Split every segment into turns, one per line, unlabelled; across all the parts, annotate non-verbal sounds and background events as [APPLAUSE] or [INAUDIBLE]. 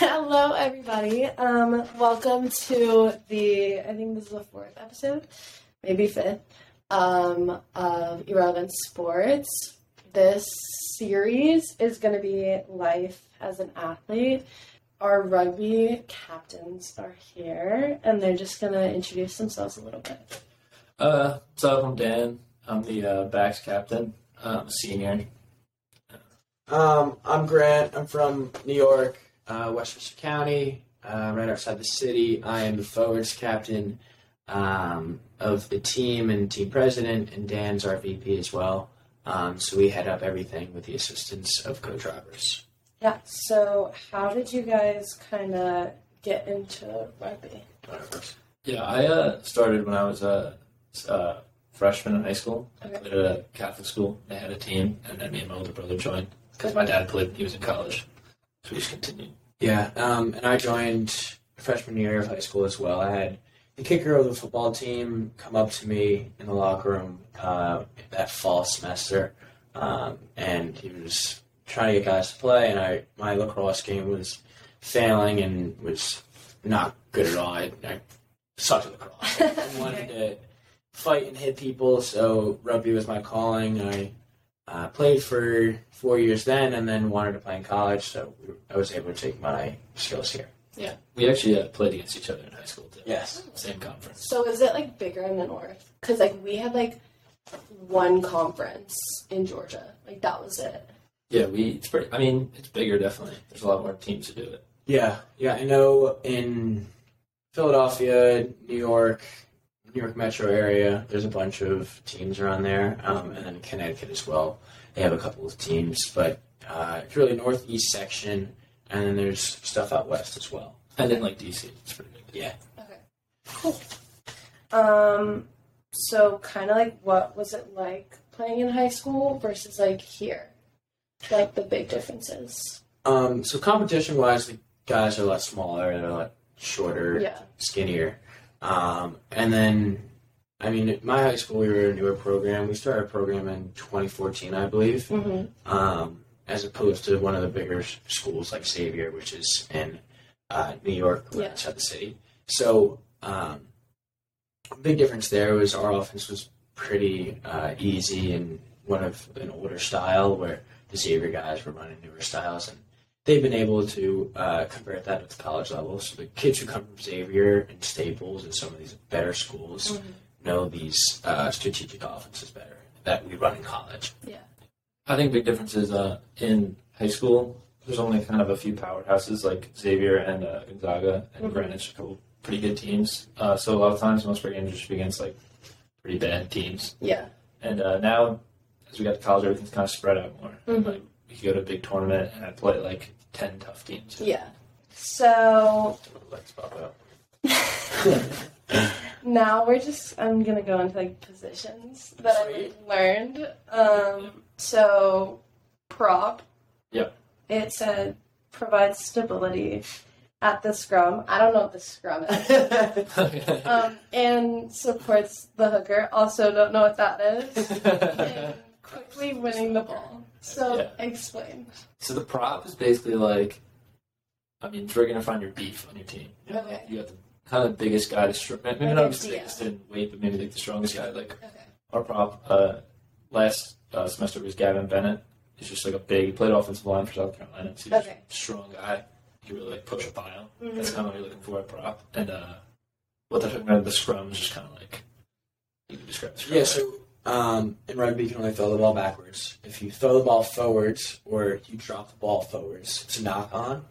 Hello, everybody. Um, welcome to the, I think this is the fourth episode, maybe fifth, um, of Irrelevant Sports. This series is going to be life as an athlete. Our rugby captains are here, and they're just going to introduce themselves a little bit.
Uh, what's up? I'm Dan. I'm the uh, backs captain, um, senior.
Um, I'm Grant. I'm from New York, uh, Westchester County, uh, right outside the city. I am the forwards captain um, of the team and team president, and Dan's our VP as well. Um, so we head up everything with the assistance of Coach Roberts.
Yeah, so how did you guys kind of get into rugby?
Yeah, I uh, started when I was a, a freshman in high school. I played at a Catholic school. They had a team, and then me and my older brother joined because my dad played. He was in college, so we just continued.
Yeah, um, and I joined freshman year of high school as well. I had the kicker of the football team come up to me in the locker room uh, that fall semester, um, and he was trying to get guys to play, and I my lacrosse game was failing and was not good at all. I, I sucked at
[LAUGHS]
lacrosse. I wanted to fight and hit people, so rugby was my calling. I uh, played for four years then, and then wanted to play in college, so I was able to take my skills here.
We actually uh, played against each other in high school too.
Yes.
Same conference.
So is it like bigger in the north? Because like we had like one conference in Georgia, like that was it.
Yeah, we. It's pretty. I mean, it's bigger definitely. There's a lot more teams to do it.
Yeah, yeah, I know in Philadelphia, New York, New York metro area, there's a bunch of teams around there, um, and then Connecticut as well. They have a couple of teams, but uh, it's really northeast section, and then there's stuff out west as well.
And then like DC, it's pretty big.
Yeah.
Um, so kind of like what was it like playing in high school versus like here? Like the big differences.
Um, so competition wise, the guys are a lot smaller, they're a lot shorter,
Yeah.
skinnier. Um, and then, I mean, at my high school, we were a newer program. We started a program in 2014, I believe.
Mm-hmm.
um, as opposed to one of the bigger s- schools like Xavier, which is in uh, New York, right
Yeah.
outside the city. So, um, big difference there was our offense was pretty uh, easy and one of an older style where the Xavier guys were running newer styles, and they've been able to uh, convert that at the college level. So the kids who come from Xavier and Staples and some of these better schools know these uh, strategic offenses better that we run in college.
I think big difference is uh, in high school. There's only kind of a few powerhouses like Xavier and uh, Gonzaga and
Mhm.
Greenwich, a couple pretty good teams. Uh, so a lot of times, most of our games are just against like pretty bad teams.
Yeah.
And uh, now, as we got to college, everything's kind of spread out more.
Mhm.
Like we could go to a big tournament and I play like ten tough teams.
Yeah. [LAUGHS] So
Let's pop up.
now we're just I'm gonna go into like positions that I
Sweet.
learned. Um, so prop.
Yep.
It said provides stability at the scrum. I don't know what the scrum is. [LAUGHS]
[LAUGHS]
um, and supports the hooker. Also, don't know what that
[LAUGHS]
is. And quickly winning the ball. So
Yeah.
explain.
so the prop is basically like, I mean, you're gonna find your beef on your team.
Okay.
You got the kind of biggest guy, to str- maybe
Like
not
a
the
DL.
biggest in weight, but maybe like the strongest guy. Like
Okay.
our prop uh, last uh, semester was Gavin Bennett. He's just like a big. He played offensive line for South Carolina. So he's just
Okay.
a strong guy. He really like push a pile. That's
Mhm.
kind of what you're looking for at prop. And uh, what they're talking about the scrum is just kind of like you can describe the scrum.
Yeah, so um, in rugby, you can only throw the ball backwards. If you throw the ball forwards or you drop the ball forwards, it's a knock on.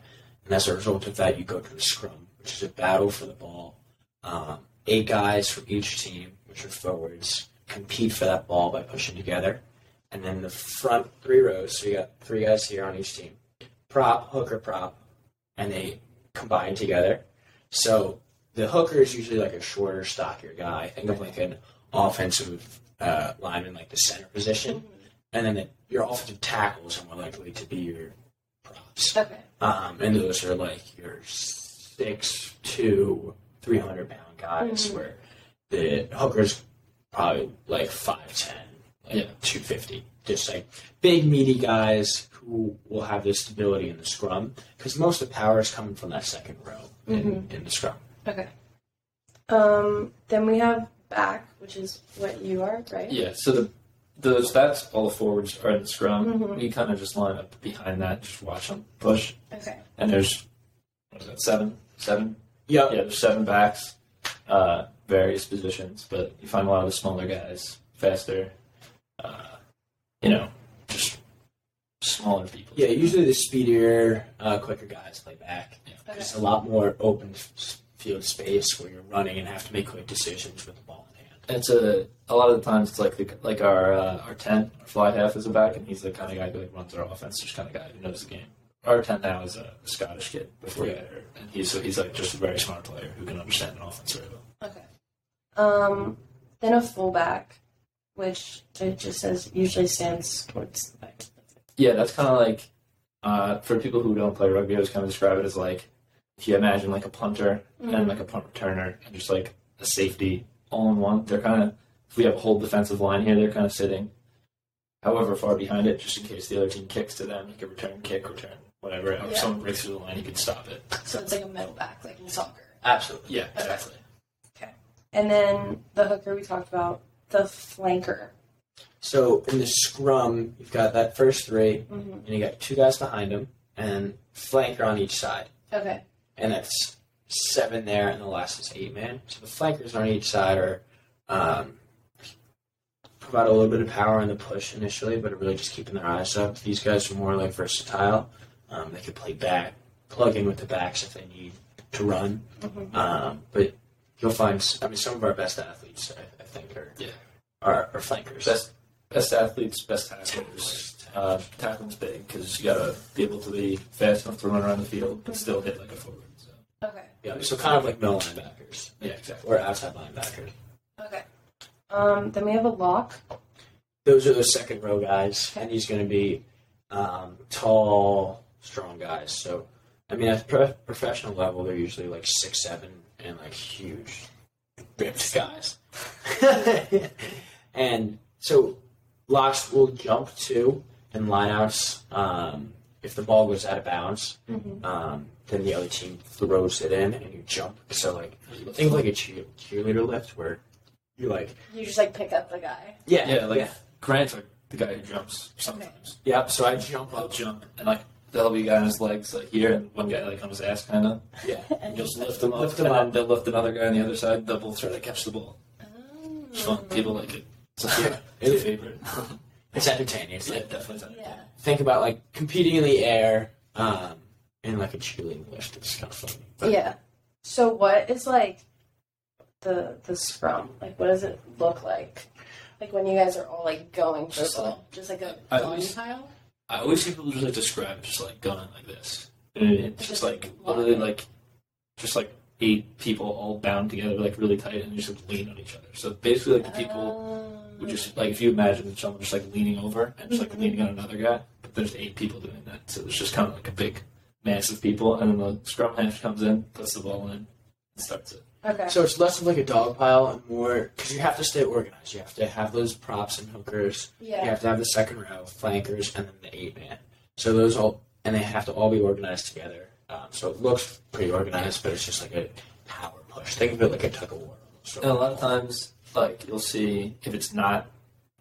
And as a result of that, you go to a scrum, which is a battle for the ball. Um, eight guys from each team, which are forwards, compete for that ball by pushing together. And then the front three rows, so you got three guys here on each team prop, hooker, prop, and they combine together. So the hooker is usually like a shorter, stockier guy. Think of like an offensive uh, lineman, like the center position, and then the, your offensive tackles are more likely to be your props.
Okay.
Um, and those are like your six to three hundred pound guys,
Mhm.
where the hooker's probably like five ten, like
Yeah.
two fifty. just like big meaty guys who will have the stability in the scrum because most of the power is coming from that second row in, in the scrum.
Okay. Um, then we have back, which is what you are, right?
Yeah, so the those that's all the forwards are in the scrum.
Mm-hmm.
Mhm.
We kind of just line up behind that, just watch them push.
Okay.
And there's what is that seven, seven?
Yeah,
Yeah, there's seven backs, uh, various positions, but you find a lot of the smaller guys faster. Uh, you know, just smaller people.
yeah. Usually the speedier, uh, quicker guys play back.
Okay.
There's a lot more open f- field space where you're running and have to make quick decisions with the ball in hand.
It's a a lot of the times it's like the, like our uh, our ten our fly half is a back and he's the kind of guy who like runs our offense, just kind of guy who knows the game. Our ten now is a Scottish kid before he got hurt, and he's so he's like just a very smart player who can understand an offense very well.
Okay. Um, then a fullback, which it just says usually stands towards the back.
Yeah, that's kind of like uh, for people who don't play rugby, I was kind of describe it as like if you imagine like a punter
Mm-hmm.
and like a punt returner and just like a safety all in one. They're kind of if we have a whole defensive line here, they're kind of sitting however far behind it, just in case the other team kicks to them. You can return kick, return whatever. Or
Yeah.
If someone breaks through the line, you can stop it.
So it's like a middle back, like in soccer.
Absolutely.
Yeah, exactly.
And then the hooker we talked about, the flanker.
So in the scrum, you've got that first three,
Mm-hmm.
and you got two guys behind them, and flanker on each side.
Okay.
and that's seven there, and the last is eight man. So the flankers on each side are um, provide a little bit of power in the push initially, but are really just keeping their eyes up. These guys are more like versatile. Um, they could play back, plug in with the backs if they need to run.
Mm-hmm.
Mhm.
Um, but you'll find, s- I mean, some of our best athletes, I, I think, are
Yeah.
are, are flankers.
Best best athletes, best tacklers. Uh, tackling's big because you gotta be able to be fast enough to run around the field but still hit like a forward. So.
Okay.
Yeah, so kind of like middle linebackers
Yeah, exactly.
or outside linebackers.
Okay. Um, then we have a lock.
those are the second row guys, and he's going to be um, tall, strong guys. So, I mean, at pro- professional level, they're usually like six seven and like huge, ripped guys. [LAUGHS] and so, locks will jump to and lineouts. Um, if the ball goes out of bounds,
Mm-hmm.
um, then the other team throws it in, and you jump. So, like, think of like a cheer- cheerleader lift where you're like,
You just like pick up the guy.
yeah,
Yeah, like Grant's like the guy who jumps sometimes.
yeah. So I jump
I'll
up,
jump and like there'll be a guy on his legs like here and one guy like on his ass kinda.
yeah.
And you'll just lift him up
Lift him
and
up.
then they'll lift another guy on the other side, they'll both try to catch the ball.
Oh.
It's fun. People like it. So
Mm-hmm. Yeah. [LAUGHS]
it's a favorite.
It's entertaining. It's
yeah,
like,
definitely.
Yeah.
think about like competing in the air um, and like a cheerleading lift. It's kind of funny. But
Yeah. So what is like the the scrum? Like what does it look like? Like when you guys are all like going for
Just
a ball, just like a
I
gun
always-
pile.
I always see people just like describe just like gunning like this. And
Mm-hmm.
it's just like literally like just like eight people all bound together like really tight and just like, lean on each other. So basically like the people
Um,
Which is like if you imagine someone just like leaning over and just like
Mm-hmm.
Mhm.
leaning on another guy, but there's eight people doing that, so it's just kind of like a big mass of people, and then the scrum half comes in, puts the ball in, and starts it.
okay.
so it's less of like a dog pile and more because you have to stay organized. You have to have those props and hookers. You
yeah.
have to have the second row flankers and then the eight man. So those all and they have to all be organized together. Um, so it looks pretty organized, but it's just like a power push. Think of it like a tug of war. So-
And a lot of times, like you'll see if it's not,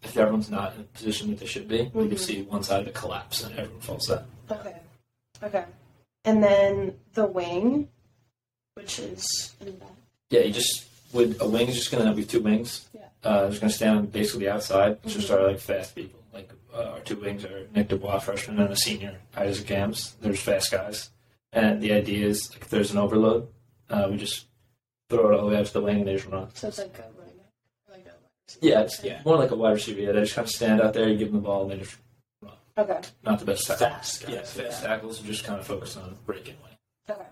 if everyone's not in the position that they should be,
Mhm.
you'll see one side of it collapse and everyone falls out.
Okay. Okay. And then the wing, which is in the back.
Yeah, you just with a wing is just gonna be two wings.
Yeah.
Uh, just gonna stand on basically outside. It's Just
Mhm.
are like fast people. Like uh, our two wings are Nick Dubois, freshman, and a senior, Isaac Gams. There's fast guys, and the idea is like, if there's an overload, uh, we just throw it all the way out to the wing and they just run.
so it's like a running back. or Like a
Yeah, it's
Yeah.
more like a wide receiver. Yeah, they just kind of stand out there, you give them the ball, and they just
Okay.
not the best tackle.
fast. guys.
Yeah, fast tackles are just kind of focused on breaking away.
Okay.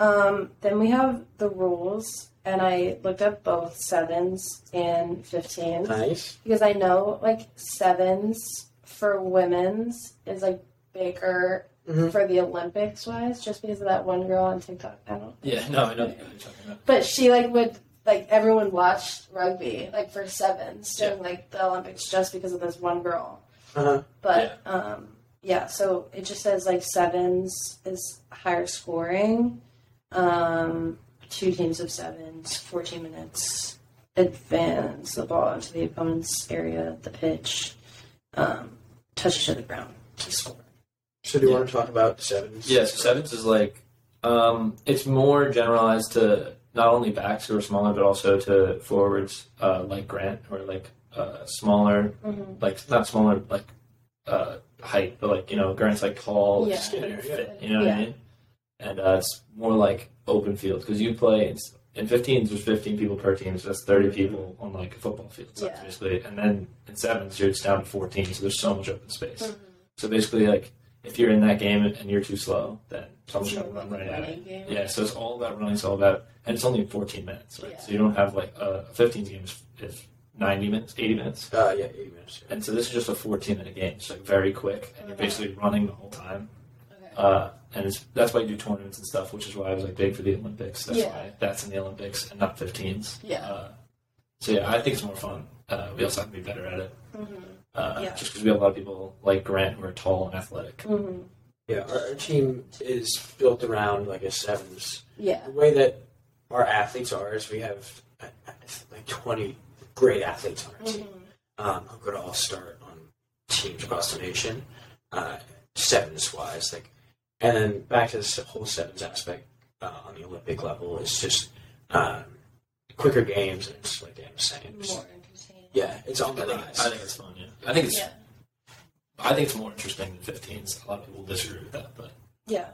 Um, then we have the rules, and I looked up both sevens and fifteens
Nice.
because I know like sevens for women's is like bigger
Mhm.
for the Olympics wise, just because of that one girl on TikTok. I don't.
Yeah, no, I know what you're talking about.
But she like would like everyone watched rugby like for sevens during like the Olympics just because of this one girl.
Uh-huh.
But yeah. um yeah, so it just says like sevens is higher scoring. Um two teams of sevens, fourteen minutes, advance the ball into the opponent's area, the pitch, um, touch each other ground to score.
So do you want to talk about sevens?
Yeah, so sevens is like um, it's more generalized to not only backs who are smaller, but also to forwards uh, like Grant who are like uh, smaller,
Mm-hmm.
like not smaller like uh, height, but like you know Grant's like tall,
Yeah.
skinnier, fit, you know what I
Yeah.
mean? And uh, it's more like open field because you play it's, in 15s. There's 15 people per team, so that's 30 people on like a football field, so that's
Yeah.
basically. And then in sevens, you're it's down to 14, so there's so much open space.
Hmm.
So basically, like if you're in that game and you're too slow, then someone's gonna run right at it. Yeah, so it's all about running. It's all about, and it's only 14 minutes, right?
Yeah.
So you don't have like a 15 game is, is 90 minutes, 80 minutes,
Uh, yeah, eight minutes.
and so this is just a 14 minute game. It's like very quick, and you're
Okay.
basically running the whole time.
Okay.
Uh, and it's, that's why you do tournaments and stuff, which is why I was like big for the Olympics. That's
Yeah.
why that's in the Olympics and not 15s.
Yeah.
Uh, so yeah, I think it's more fun. Uh, we also have to be better at it,
Mm-hmm.
uh,
Yeah.
just because we have a lot of people like Grant who are tall and athletic.
Mm-hmm.
Yeah, our, our team is built around like a sevens.
Yeah.
The way that our athletes are is we have uh, uh, like 20 great athletes on our team
Mhm.
um, who could all start on teams across the nation, uh, sevens wise. Like, and then back to this whole sevens aspect uh, on the Olympic level is just um, quicker games and it's like damn saying.
More entertaining.
Yeah, it's on
I
the
think, I
rise.
think it's fun. Yeah, I think it's
Yeah.
I think it's more interesting than 15s. A lot of people disagree with that, but
Yeah.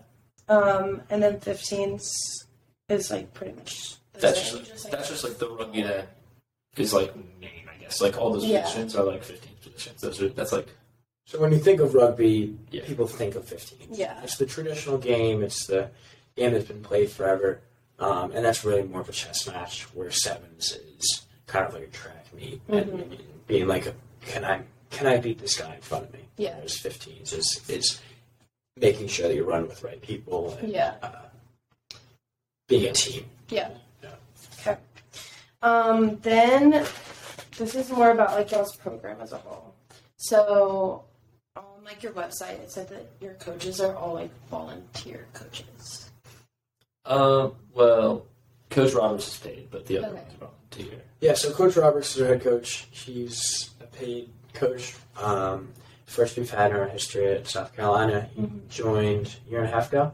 Um, and then 15s is like pretty much the
that's
same.
just like, that's just like the rugby that is like main, I guess. Like all those
Yeah.
positions are like 15 positions. Those are that's like
So when you think of rugby,
Yeah.
people think of 15.
Yeah.
It's the traditional game. It's the game that's been played forever. Um, and that's really more of a chess match where sevens is kind of like a track meet
Mm-hmm.
and being like, a, can I can I beat this guy in front of me?
Yeah.
Whereas 15s is, is making sure that you run with right people and
Yeah.
uh, being a team.
Yeah.
Yeah.
Okay. Um, then this is more about like y'all's program as a whole. So on like your website, it said that your coaches are all like volunteer coaches.
um well, Coach Roberts is paid, but the other
Okay.
ones are volunteer.
Yeah, so Coach Roberts is our head coach. He's a paid coach. Um, first we've had in our history at South Carolina. He
Mhm.
joined a year and a half ago.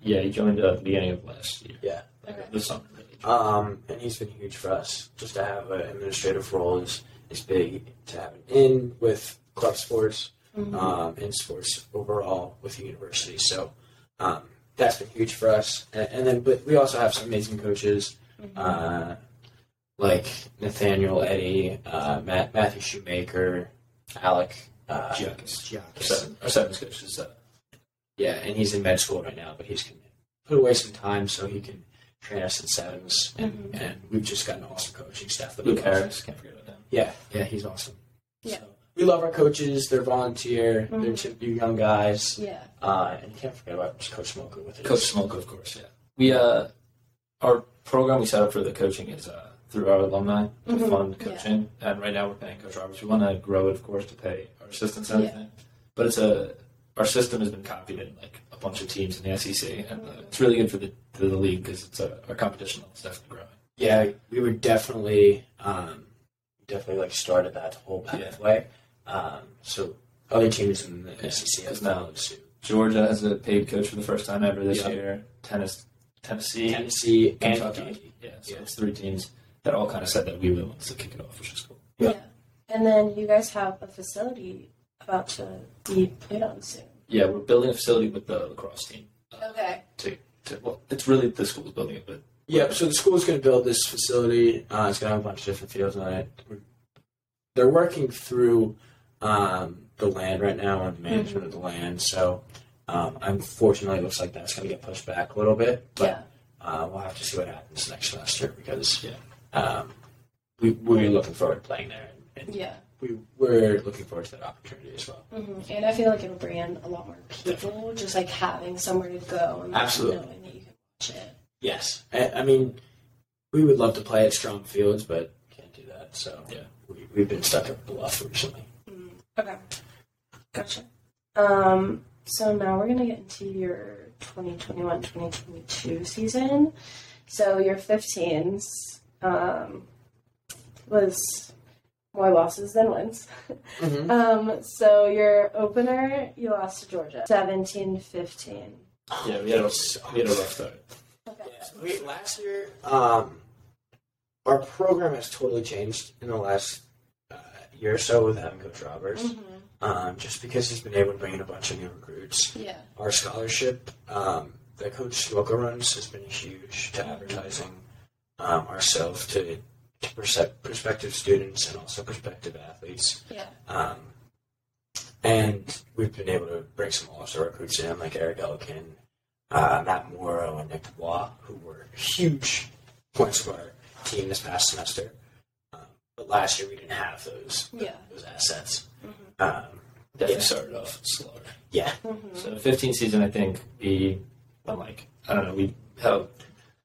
Yeah, he joined uh, at the beginning of last year.
Yeah.
Like,
Okay.
this summer. Really.
Um, and he's been huge for us. Just to have an administrative role is, is big. To have an in with club sports
Mm-hmm.
Uh,
um, and sports overall with the university. So um, that's been huge for us. And, and then, but we also have some amazing coaches
Mm-hmm.
uh, like Nathaniel Eddy, uh, Matt, Matthew Shoemaker, Alec
Ah.
uh,
Giacchis. Our
Giacchis.
seven, our seven's coach is uh,
Yeah, and he's in med school right now, but he's gonna put away some time so he can train us in sevens. And,
Mm-hmm.
and we've just got an awesome coaching staff. That we
Luke
love.
Harris. Can't forget about him.
Yeah, yeah, he's awesome.
Yeah.
So, we love our coaches. They're volunteer. They're
Mhm.
two new young guys.
Yeah.
Uh, and can't forget about Coach Smoker with it.
Coach Smoke, of course. Yeah, we uh, our program we set up for the coaching is uh, through our alumni to
Mhm.
fund
Yeah.
coaching, and right now we're paying Coach Roberts. We want to grow it, of course, to pay our assistants and
Yeah.
everything. But it's a our system has been copied in like a bunch of teams in the SEC, and uh, it's really good for the for the league because it's a, our competition level is definitely growing.
Yeah, we were definitely, um, definitely like started that whole
Yeah.
pathway. Um, so other teams in the E SEC have
Yeah.
followed suit.
Georgia has a paid coach for the first time ever this
Yeah.
year. Tennis, Tennessee,
Tennessee and
Kentucky.
Kentucky.
Yeah, so
Yeah.
it's three teams that all kind of said that we really want to kick it off, which is cool.
yeah.
Yeah.
And then you guys have a facility about to be put on soon.
Yeah, we're building a facility with the lacrosse team.
Okay.
to, to well, it's really the school's building it, but
Yep. So the school's going to build this facility. Uh, it's going to have a bunch of different fields on it. We're- They're working through um, the land right now and the management of the land. So um, unfortunately, it looks like that's going to get pushed back a little bit.
Yeah.
But uh, we'll have to see what happens next semester because
Yeah.
um, we we're looking forward to playing there, and
Yeah.
we we're looking forward to that opportunity as well.
hmm And I feel like it'll bring in a lot more people, just like having somewhere to go and like,
Absolutely.
knowing that you can watch it.
Yes. I, I mean, we would love to play at Strong Fields, but can't do that. So
Yeah.
we, we've been stuck at Bluff recently.
Mm-hmm. Okay. Gotcha. Um, so now we're going to get into your 2021 2022 season. So your 15s um, was more losses than wins.
Mm-hmm.
Um, so your opener, you lost to Georgia 17 15.
Yeah, we had a we had a rough start.
Okay.
We, last year, um, our program has totally changed in the last uh, year or so with having Coach Roberts.
Mm-hmm.
Um, just because he's been able to bring in a bunch of new recruits,
Yeah.
our scholarship um, that Coach Loco runs has been huge to advertising um, ourselves to, to perse- prospective students and also prospective athletes.
Yeah.
Um, and we've been able to bring some all-star recruits in, like Eric Elkin, uh, Matt Morrow, and Nick Dubois, who were huge points for our team this past semester. Um, but last year we didn't have those
Yeah.
those assets.
Mhm.
Um,
Definitely
Yeah.
started off slower.
yeah,
Mm-hmm.
So 15 season, I think we, I'm like, I don't know, we how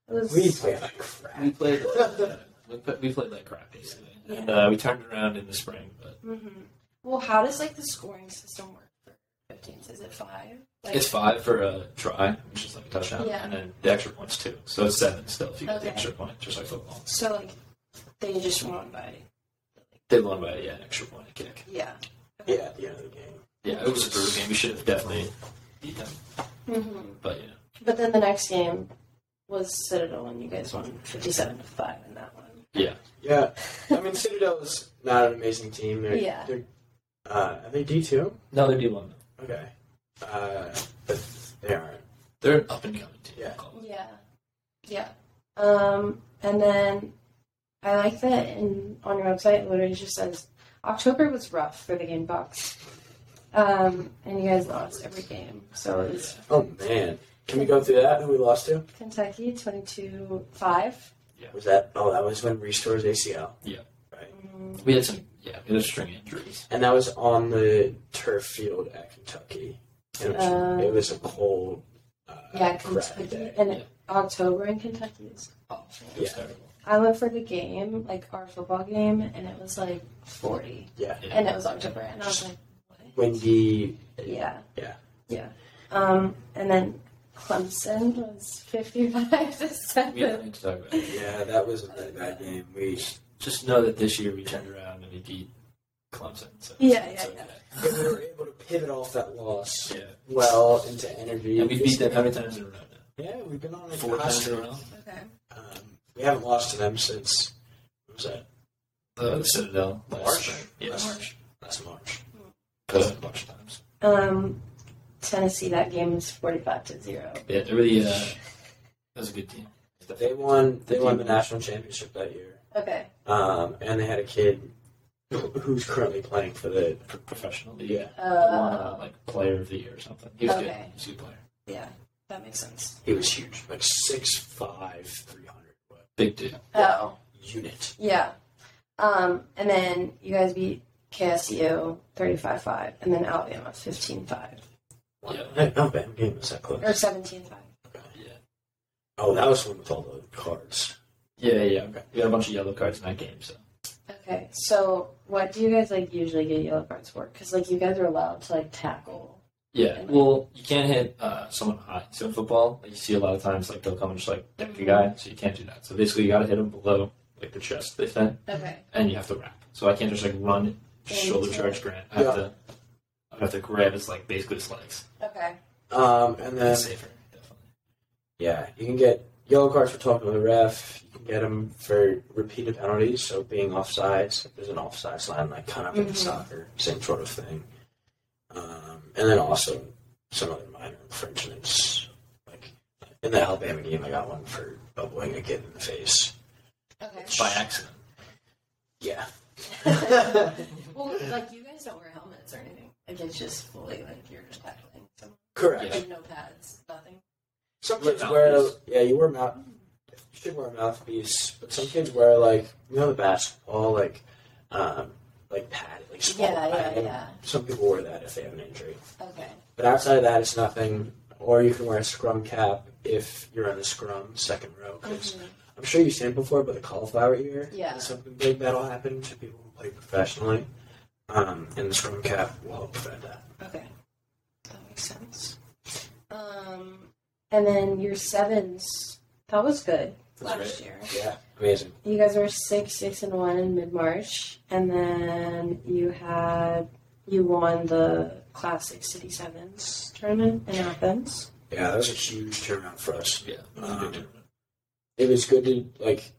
It was.
we played like
we
crap.
played [LAUGHS] we, pla- we played like crap basically, and uh, we turned around in the spring. But
Mm-hmm. Well, how does like the scoring system work for 15s? Is it five? Like,
it's five for a try, which is like a touchdown,
Yeah.
and then the extra points two, so it's seven still if you get the
Okay.
extra point, just like football.
so like they just won by
They won by yeah, an extra point a kick.
yeah.
[LAUGHS] Yeah, at the end of the game.
Yeah, it was a brutal game. We should have definitely beat them,
Mm-hmm.
but yeah.
But then the next game was Citadel, and you guys won 57 to five in that one.
Yeah, I
[LAUGHS]
mean Citadel is not an amazing team. They're,
Yeah.
They're, uh, are they D two?
No, they did one.
Okay. Uh, but they aren't.
They're an up and coming team.
Yeah.
Call it.
Yeah. Yeah. Um, and then I like that in on your website it literally just says October was rough for the game box. Um, and you guys lost every game. So it was
Oh man, can we go through that? Who we lost to?
Kentucky 22 5.
Was that? Oh, that was when restores ACL,
Yeah. we had some yeah, we had a string of injuries.
and that was on the turf field at Kentucky. And it, was,
Um,
it was a cold. Uh,
Yeah,
crappy
Kentucky.
day.
And
Yeah.
October in Kentucky is awful.
It was
Yeah.
terrible.
I went for the game, like our football game, and it was like 40.
Yeah.
Yeah.
And uh, it was October. And I was like, what?
Windy.
Yeah.
Yeah.
Yeah. Um, and then Clemson was 55 to
We had
7.
nothing to talk about.
Yeah, that was a really bad game. We
Just know that this year we turned around and we beat Clemson. So
Yeah,
it's
yeah,
okay.
we were able to pivot off that loss
yeah.
well into energy.
And we beat them how many times in a row now?
Yeah, we've been on a
Four
hot
times in a
streak.
row.
Okay.
Um, we haven't lost to them since what was that
The Citadel. last
March?
spring. Yeah,
Last-
March.
last March?
Because a bunch of times.
Um, Tennessee, that game was 45 to 0.
Yeah, they really. Uh, that was a good team.
They won. They won the national championship that year,
Okay.
um, and they had a kid who's currently playing for the
Pro- professional. league.
yeah.
They won uh,
Uh,
like player of the year or something. He was good.
Okay.
He was a good player.
yeah, that makes sense.
He was huge, like six five, three hundred, what
Big dude.
Oh,
unit.
yeah. Um, and then you guys beat KSU 35 5, and then Alabama 15 5,
Yeah.
Hey, Not bad game. Was that close?
or 17 5.
Yeah.
Oh, that was one with all the cards.
Yeah, yeah. Okay. We got a bunch of yellow cards in that game, so
Okay, so what do you guys like usually get yellow cards for? Because like you guys are allowed to like tackle.
Yeah, well, you can't hit uh, someone high. So in football, like, you see a lot of times like they'll come and just like deck a guy, so you can't do that. So basically, you got to hit them below like the chest, they say,
Okay.
and you have to wrap. So I can't just like run shoulder charge Grant. I have
Yeah.
to, I have to grab his like basically his legs.
Okay.
Um, and then
It's safer, definitely.
Yeah, you can get yellow cards for talking to the ref. You can get them for repeated penalties, so being offsides. If there's an offsides line, like kind of in
Mhm.
soccer, same sort of thing. Um, and then also some other minor infringements. Like in the Alabama game, I got one for elbowing a kid in the face.
Okay. [LAUGHS]
By accident.
Yeah.
Well, like you guys don't wear helmets or anything. Like it's just fully like you're just tackling. So,
Correct.
like no pads, nothing.
Some
Wear
kids wear,
mouthpiece.
yeah, you wear mouth. You should wear a mouthpiece, but some kids wear like you know the basketball like, um, like pad, like small
Yeah, yeah,
padding.
yeah.
Some people wear that if they have an injury.
Okay.
But outside of that, it's nothing. Or you can wear a scrum cap if you're in the scrum second row. Because
Mhm.
I'm sure you've seen it before, but the cauliflower ear.
Yeah.
Something big that'll happen to people who play professionally. um, and the scrum cap will help prevent that.
Okay. That makes sense. Um, and then your sevens. That was good
That's
last
right.
year.
Yeah, amazing.
You guys were six, six, and one in mid March, and then you had you won the classic City Sevens tournament in Athens.
Yeah, that was a huge turnaround for us.
Yeah.
Um, it was good to like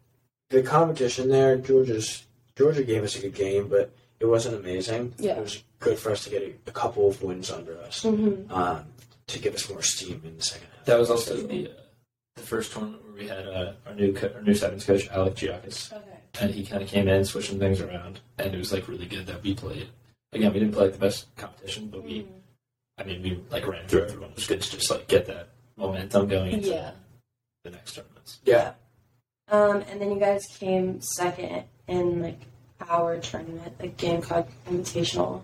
the competition there. Georgia's Georgia gave us a good game, but it wasn't amazing.
Yeah.
it was good for us to get a, a couple of wins under us
Mm-hmm.
um, to give us more steam in the second half.
That was also the, uh, the first tournament where we had uh, our new co- our new sevens coach Alec Giacchis,
Okay.
and he kind of came in switching things around, and it was like really good that we played. Again, we didn't play like, the best competition, but we I mean we like ran through everyone. It was good to just like get that momentum going into
Mm-hmm. Yeah.
the next tournaments.
yeah,
Um, and then you guys came second in like our tournament, like Gamecock Invitational.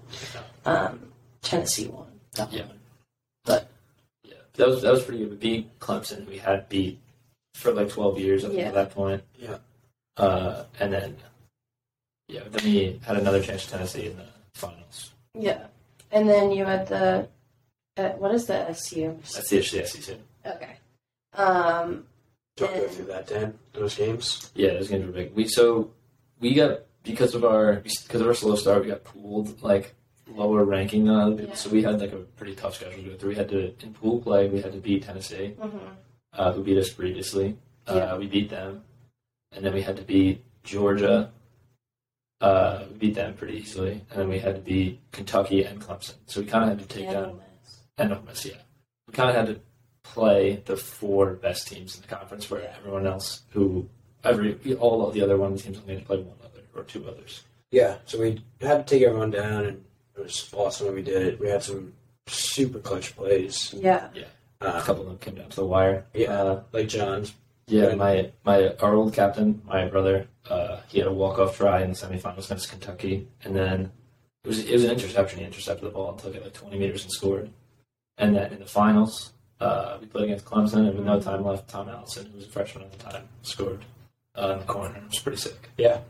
Um, Tennessee won. That
Yeah.
one.
Yeah, that was that was pretty good. We beat Clemson. We had beat for like twelve years up
Yeah.
to that point.
Yeah.
uh, and then yeah, then we had another chance to Tennessee in the finals.
Yeah. And then you had the uh, what is the SU?
That's the issue. Yes, season.
Okay. Um,
don't go
And-
through that, Dan. Those games.
Yeah, it was gonna be big. We so we got because of our because of our slow start, we got pooled like lower ranking than other people.
Yeah.
So we had like a pretty tough schedule to go through. We had to in pool play, we had to beat Tennessee,
mhm.
uh, who beat us previously.
Yeah.
Uh, we beat them, and then we had to beat Georgia. Uh, we beat them pretty easily, and then we had to beat Kentucky and Clemson. So we kind of had to take
And
down
Ole Miss.
and Ole Miss, yeah. We kind of had to play the four best teams in the conference, where
Yeah.
everyone else, who every all of the other one teams, only had to play one other or two others.
Yeah, so we had to take everyone down, and it was awesome when we did it. We had some super clutch plays.
Yeah.
A
Um,
couple of them came down to the wire.
Yeah.
uh,
like John's.
yeah. My my our old captain, my brother, uh, he had a walk off try in the semifinals against Kentucky, and then it was it was an interception. He intercepted the ball and took it like twenty meters and scored. And then in the finals, uh, we played against Clemson, and with no time left, Tom Allison, who was a freshman at the time, scored uh, in the corner. It was pretty sick.
Yeah.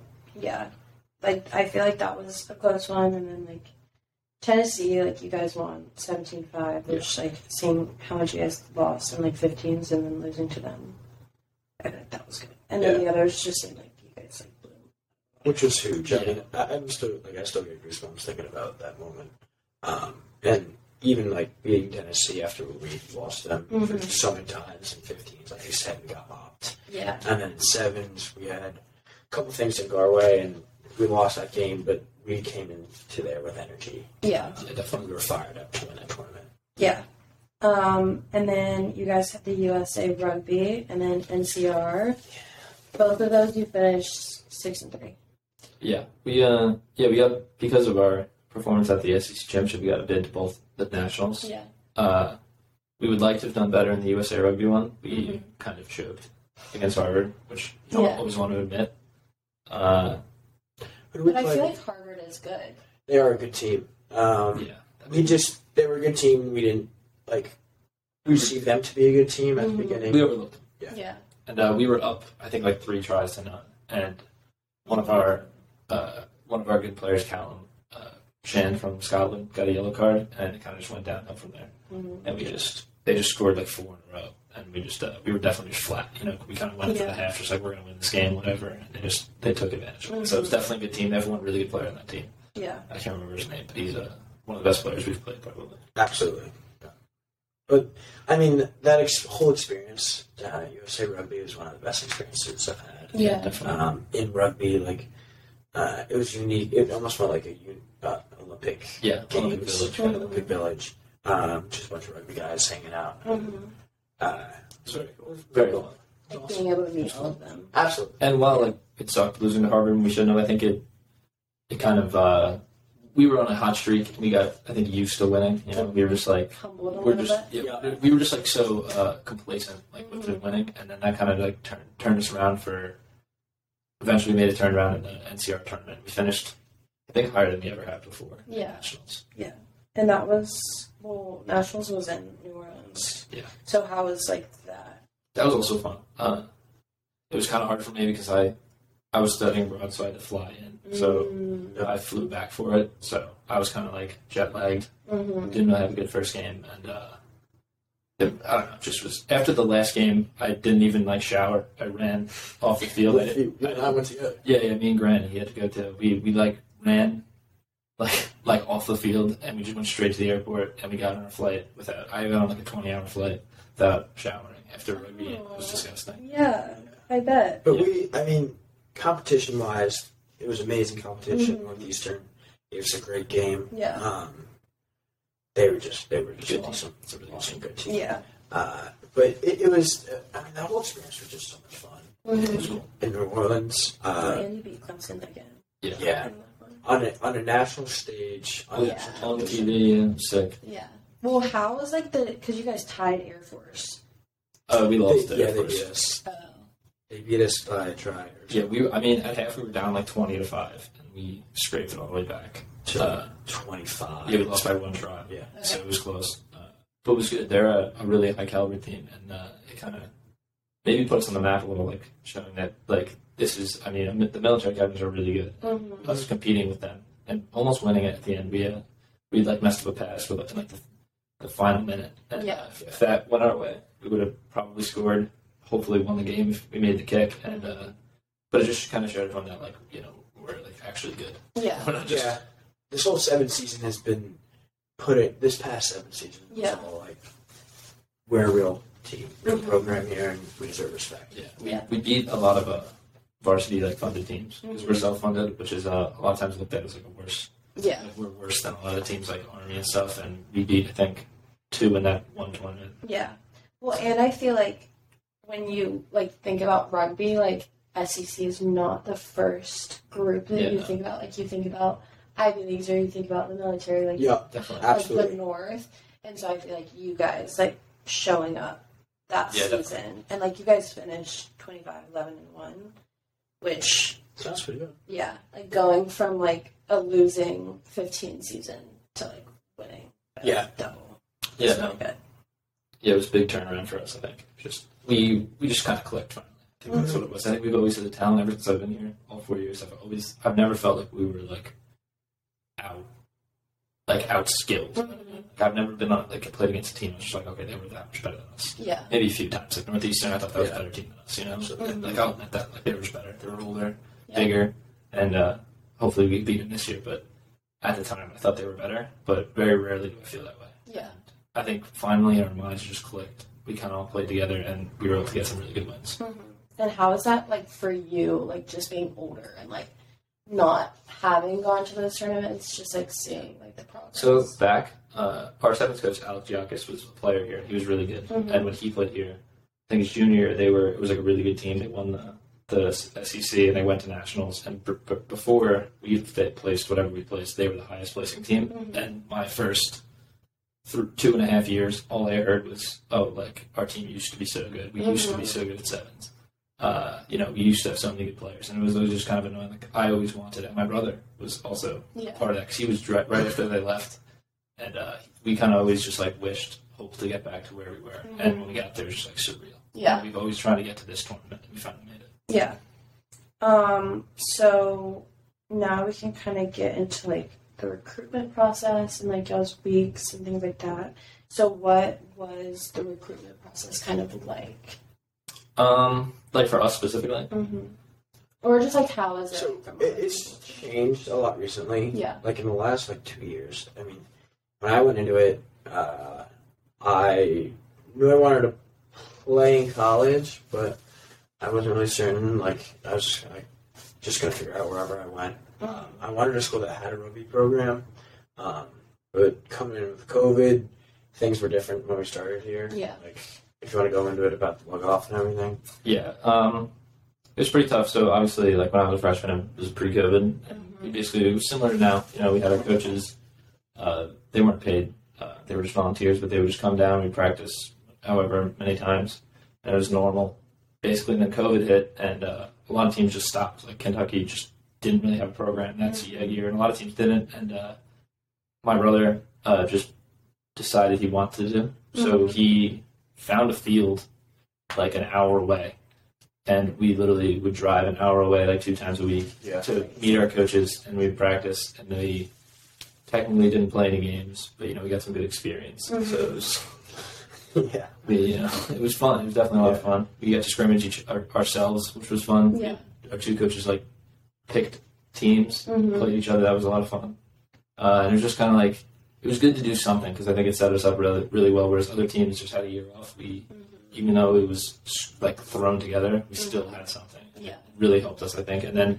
Like I feel like that was a close one and then like Tennessee, like you guys won 17-5, which like seeing how much you guys lost in like 15s and then losing to them. I think that was good. And then the others just seemed like you guys like blew.
which was huge. I
Yeah.
mean, I, I'm still like I still get goosebumps thinking about that moment, um, and even like beating Tennessee after we lost them for
Mhm.
so many times in 15s, like I said, we got mopped,
Yeah.
and then in sevens we had a couple things didn't go our way, and we lost that game, but we came into there with energy.
Yeah.
Uh, definitely, we were fired up to win that tournament.
Yeah. Um, and then you guys had the USA Rugby and then NCR. Both of those you finished 6 and 3.
Yeah, we uh, yeah, we got because of our performance at the SEC championship, we got a bid to both the nationals.
Yeah.
Uh, we would like to have done better in the USA Rugby one. We
Mhm.
kind of choked against Harvard, which you don't
Yeah.
always want to admit. Uh,
But we
But I
played,
feel like Harvard is good.
they are a good team. Um,
yeah,
We just they were a good team. We didn't like perceive them to be a good team at
Mhm.
the beginning.
we overlooked, them.
Yeah.
Yeah.
and uh, we were up. I think like three tries to none, and one of our uh, one of our good players, Callum uh, Shan from Scotland, got a yellow card, and it kind of just went downhill from there.
Mhm.
and we just they just scored like four in a row, and we just uh, we were definitely just flat. You know, we kind of went into
Yeah.
the half just like we're gonna win this game, whatever. And they just they took advantage. of it. So it was definitely a good team. They have one really good player on that team.
Yeah.
I can't remember his name, but he's uh, one of the best players we've played probably.
Absolutely. But I mean, that ex- whole experience uh, down at USA Rugby was one of the best experiences I've had.
Yeah.
definitely.
Um, in rugby, like uh, it was unique. It almost felt like a un- uh, Olympic
yeah,
games,
Olympic Village.
an Olympic village. Um, just a bunch of rugby guys hanging out.
Mhm.
Uh,
It's very cool.
it was
Very cool.
Like
It was awesome.
being able to meet all of them.
Absolutely.
And while like it sucked losing to Harvard, and we shouldn't have. I think it it kind of uh, we were on a hot streak. and We got I think used to winning. You know, we were just like.
Humbled a
we're
little
just
bit.
yeah,
Yeah.
we were just like so uh, complacent like with the
Mhm.
winning and then that kind of like turned turned us around for eventually made a turnaround in the NCR tournament we finished I think higher than we ever had before in the
Yeah.
nationals
And that was well, Nationals was in New Orleans.
Yeah.
So how was like that?
that was also fun uh, it was kind of hard for me because I I was studying abroad, so I had to fly in. So
Mm,
I flew back for it. So I was kind of like jet lagged.
mhm.
Didn't really have a good first game, and uh, it, I don't know. Just was after the last game, I didn't even like shower. I ran off the field. I
You and I went together.
Yeah, yeah, me and Grant, he had to go to. We we like ran, like like off the field, and we just went straight to the airport, and we got on a flight without. I got on like a twenty hour flight without showering after rugby. It was disgusting.
Yeah, I bet.
But
Yeah.
we, I mean, competition wise, it was amazing competition.
Mhm.
Northeastern gave us a great game.
Yeah.
Um, they were just they were just
Good team.
awesome. It's a really awesome good team.
Yeah.
Uh, but it, it was uh, I mean that whole experience was just so much fun
It
Mhm.
was cool.
in New Orleans. Uh,
and you beat Clemson again.
Yeah. Oh,
yeah, on a, on a national stage on
Yeah.
national
On
television.
TV, and sick.
Yeah. Well, how was like the because you guys tied Air Force.
Uh, we lost
They,
it,
yeah,
of
they
course.
beat us.
Oh.
They beat us by a try. Or
Yeah, we. I mean, at half we were down like twenty to five, and we scraped it all the way back.
to
Uh,
twenty five.
Yeah, we lost by one try.
Yeah.
So it was close. Uh, but it was good. They're a, a really high caliber team, and uh, it kind of maybe puts on the map a little, like showing that like this is. I mean, the military guys are really good.
Mhm.
Us competing with them and almost winning it at the end. We uh, we like messed up a pass with like the, the final minute. And,
Yeah.
uh, if, if that went our way, we would have probably scored. Hopefully, won the game if we made the kick. And uh, but it just kind of showed everyone that like you know we're like actually good. [LAUGHS]
Yeah.
We're not just
yeah. This whole seven season has been put it this past seven season was
Yeah.
all like we're a real team, real
Mhm.
program here and we deserve respect.
Yeah, we,
Yeah.
we beat a lot of uh, varsity like funded teams because we're self funded, which is uh, a lot of times looked at as like a worse.
Yeah.
Like, we're worse than a lot of teams like Army and stuff, and we beat I think two in that one tournament.
Yeah. Well, and I feel like when you like think about rugby, like SEC is not the first group that you
Yeah.
think about. Like you think about Ivy leagues or you think about the military, like
Yeah,
Definitely.
like the
absolutely.
North. And so I feel like you guys like showing up that
Yeah,
season,
definitely.
and like you guys finished 25, 11, and one, which
Sounds pretty good.
yeah, like going from like a losing 15 season to like winning. by, like,
Yeah.
double.
Yeah,
It's really good.
yeah, it was a big turnaround for us. I think just we we just kind of clicked finally. I think that's what it was. I think we've always had the talent ever since I've been here. All four years, I've always I've never felt like we were like out like out
Mm-hmm.
skilled. I've never been on like played against a team. I was just like, okay, they were that much better than us.
Yeah.
maybe a few times. Like Northeastern, I thought that was
Yeah.
a better team than us. You know, so,
Mhm.
like I'll admit that. Like they were just better. They were older,
Yeah.
bigger, and uh, hopefully we beat them this year. But at the time, I thought they were better. But very rarely do I feel that way.
Yeah.
I think finally our minds just clicked. We kind of all played together, and we were able to get some really good wins.
Mm-hmm. And how is that like for you, like just being older and like not having gone to those tournaments, just like seeing like the progress?
So back, uh, our sevens coach Alex Giacchis was a player here. He was really good,
Mhm.
and when he played here, I think his junior, year, they were it was like a really good team. They won the the SEC and they went to nationals. And b- b- before we fit- placed whatever we placed, they were the highest placing team.
Mhm.
And my first through two and a half years, all I heard was, "Oh, like our team used to be so good. We used to be so good at sevens. Uh, you know, we used to have so many good players." And it was, it was just kind of annoying. Like I always wanted it. My brother was also
yeah.
part of that because he was dri- right after they left, and uh, we kind of always just like wished, hoped to get back to where we were. And when we got there, it was just like surreal.
Yeah.
we've always tried to get to this tournament, and we finally made it.
Yeah. Um, so now we can kind of get into like the recruitment process and like y'all's weeks and things like that. So what was the recruitment process kind of like?
Um, like for us specifically,
Mm-hmm. Or just like how is it?
So
from
it, it's changed a lot recently.
yeah.
Like in the last like two years. I mean, when I went into it, uh, I knew I wanted to play in college, but I wasn't really certain. Like I was just gonna, just gonna figure out wherever I went. Um, I wanted a school that had a rugby program, um, but coming in with COVID, things were different when we started here.
Yeah.
Like if you want to go into it about the log off and everything.
yeah, um, it was pretty tough. So obviously, like when I was a freshman, it was pre-COVID,
Mhm.
We Mm-hmm. basically it was similar to now. You know, we had our coaches. Uh, they weren't paid. Uh, they were just volunteers, but they would just come down. We practice however many times, and it was normal. Basically, then COVID hit, and uh, a lot of teams just stopped. Like Kentucky just didn't really have a program. That's a year, and a lot of teams didn't. And uh, my brother uh, just decided he wanted to do. So
Mhm.
he found a field like an hour away and we literally would drive an hour away like two times a week
Yeah.
to meet our coaches and we practiced and we technically didn't play any games but you know we got some good experience
Mhm.
so it was
[LAUGHS] yeah.
we, you know [LAUGHS] it was fun it was definitely a lot of fun we got to scrimmage each our, ourselves which was fun
Yeah.
our two coaches like picked teams
Mm-hmm.
played each other that was a lot of fun uh, and it was just kind of like it was good to do something because I think it set us up really, really well whereas other teams just had a year off we
Mm-hmm.
even though it was like thrown together we still had something
Yeah.
really helped us, I think. And then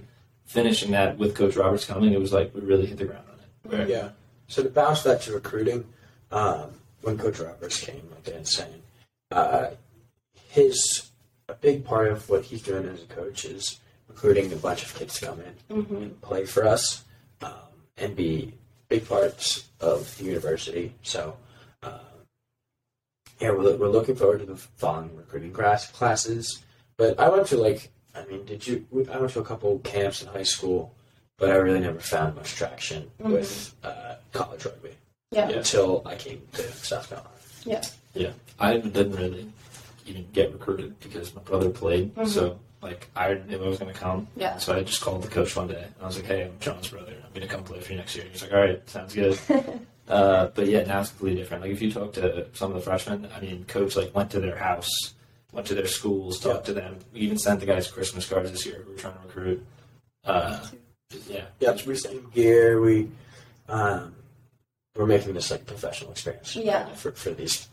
finishing that with Coach Roberts coming, it was like we really hit the ground on it. Where-
Yeah. So to bounce that to recruiting, um, when Coach Roberts came, like Dan saying, uh, his a big part of what he's doing as a coach is recruiting a bunch of kids to come in
Mm-hmm.
and play for us um, and be big parts of the university. So uh, yeah, we're, we're looking forward to the following recruiting class classes. But I went to like, I mean, did you? we- I went to a couple camps in high school, but I really never found much traction
Mhm.
with uh, college rugby
Yeah.
Yeah.
until I came to South Carolina.
I didn't really even get recruited because my brother played,
Mhm.
so like I knew I was going to come.
[LAUGHS] Yeah.
So I just called the coach one day and I was like, "Hey, I'm John's brother. I'm going to come play for you next year." And he's like, "All right, sounds good." uh, but yeah, now it's completely different. Like if you talk to some of the freshmen, I mean, coach like went to their house, went to their schools, talked to them, We even sent the guys Christmas cards this year who were trying to recruit. Uh, yeah.
Yeah, we same gear. We um, we're making this like professional experience.
Yeah.
For, for these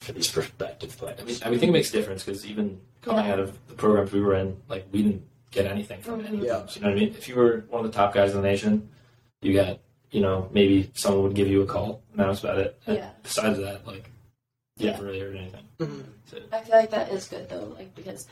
for these prospective players.
I mean, I mean, I think it makes a difference because even coming
Yeah. Mm-hmm.
out of the programs we were in, like we didn't get anything from any of
Yeah.
those. You know what I mean? If you were one of the top guys in the nation, you got, you know, maybe someone would give you a call, and that was about it. And
Yeah.
Besides that, like, you
Yeah.
never really heard anything.
Mm-hmm.
I feel like that is good though, like because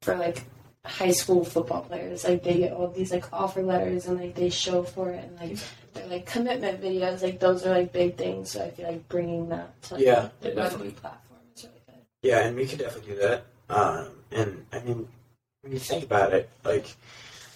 for like high school football players, like they get all these like offer letters and like they show for it and like they're like commitment videos, like those are like big things. So I feel like bringing that to like,
Yeah,
the
yeah,
rugby
definitely.
platform is really good.
Yeah, and we could definitely do that. Um, and I mean, when you think about it, like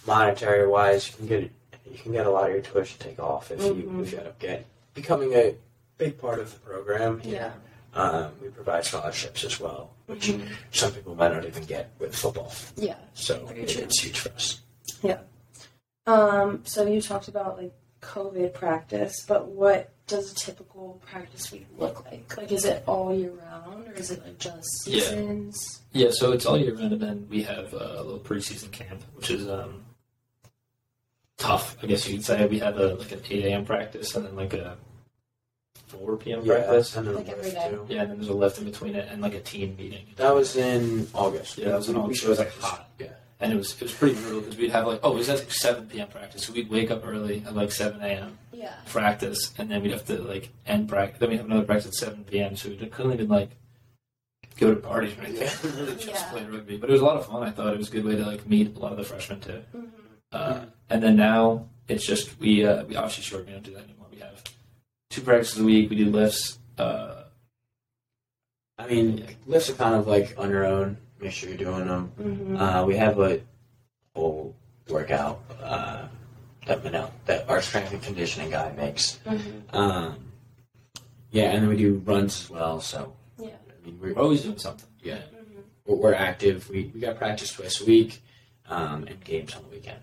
monetary wise, you can get you can get a lot of your tuition take off if you
Mhm.
if you end up getting becoming a big part of the program.
Yeah,
Um, we provide scholarships as well, which some people might not even get with football.
yeah.
So
Very
it's,
true.
it's huge for us.
Um, so you talked about like COVID practice, but what does a typical practice week look like? Like, is it all year round or is it like just
Yeah.
seasons?
Yeah, so it's all year round, and then we have uh, a little preseason camp, which is um, tough, I guess you could say. We have a like an 8 a.m. practice and then like a 4 p.m. practice.
and then
Like every
lift,
day.
too.
Yeah, and then there's a lift in between it and like a team meeting.
That was in August.
Yeah, that was in
We- we
August. It
chose
was, like, [LAUGHS]
this.
hot.
Yeah.
And it was it was pretty brutal because we'd have like oh it was at like seven p.m. practice. So we'd wake up early at like seven a.m.
Yeah,
practice, and then we'd have to like end practice. Then we have another practice at seven p.m. So we couldn't even like go to parties or anything. Really just
Yeah.
play rugby, but it was a lot of fun. I thought it was a good way to like meet a lot of the freshmen too.
hmm
Uh, and then now it's just we uh, we obviously sure we don't do that anymore. We have two practices a week. We do lifts. Uh,
I mean,
Yeah.
lifts are kind of like on your own. Make sure you're doing them.
hmm
Uh, we have a whole workout uh, that Manel, that our strength and conditioning guy makes.
hmm
Um, yeah, and then we do runs as well. So
Yeah.
I mean, we're
we're always doing something.
yeah,
hmm
we're, we're active. We we got practice twice a week, um, and games on the weekend.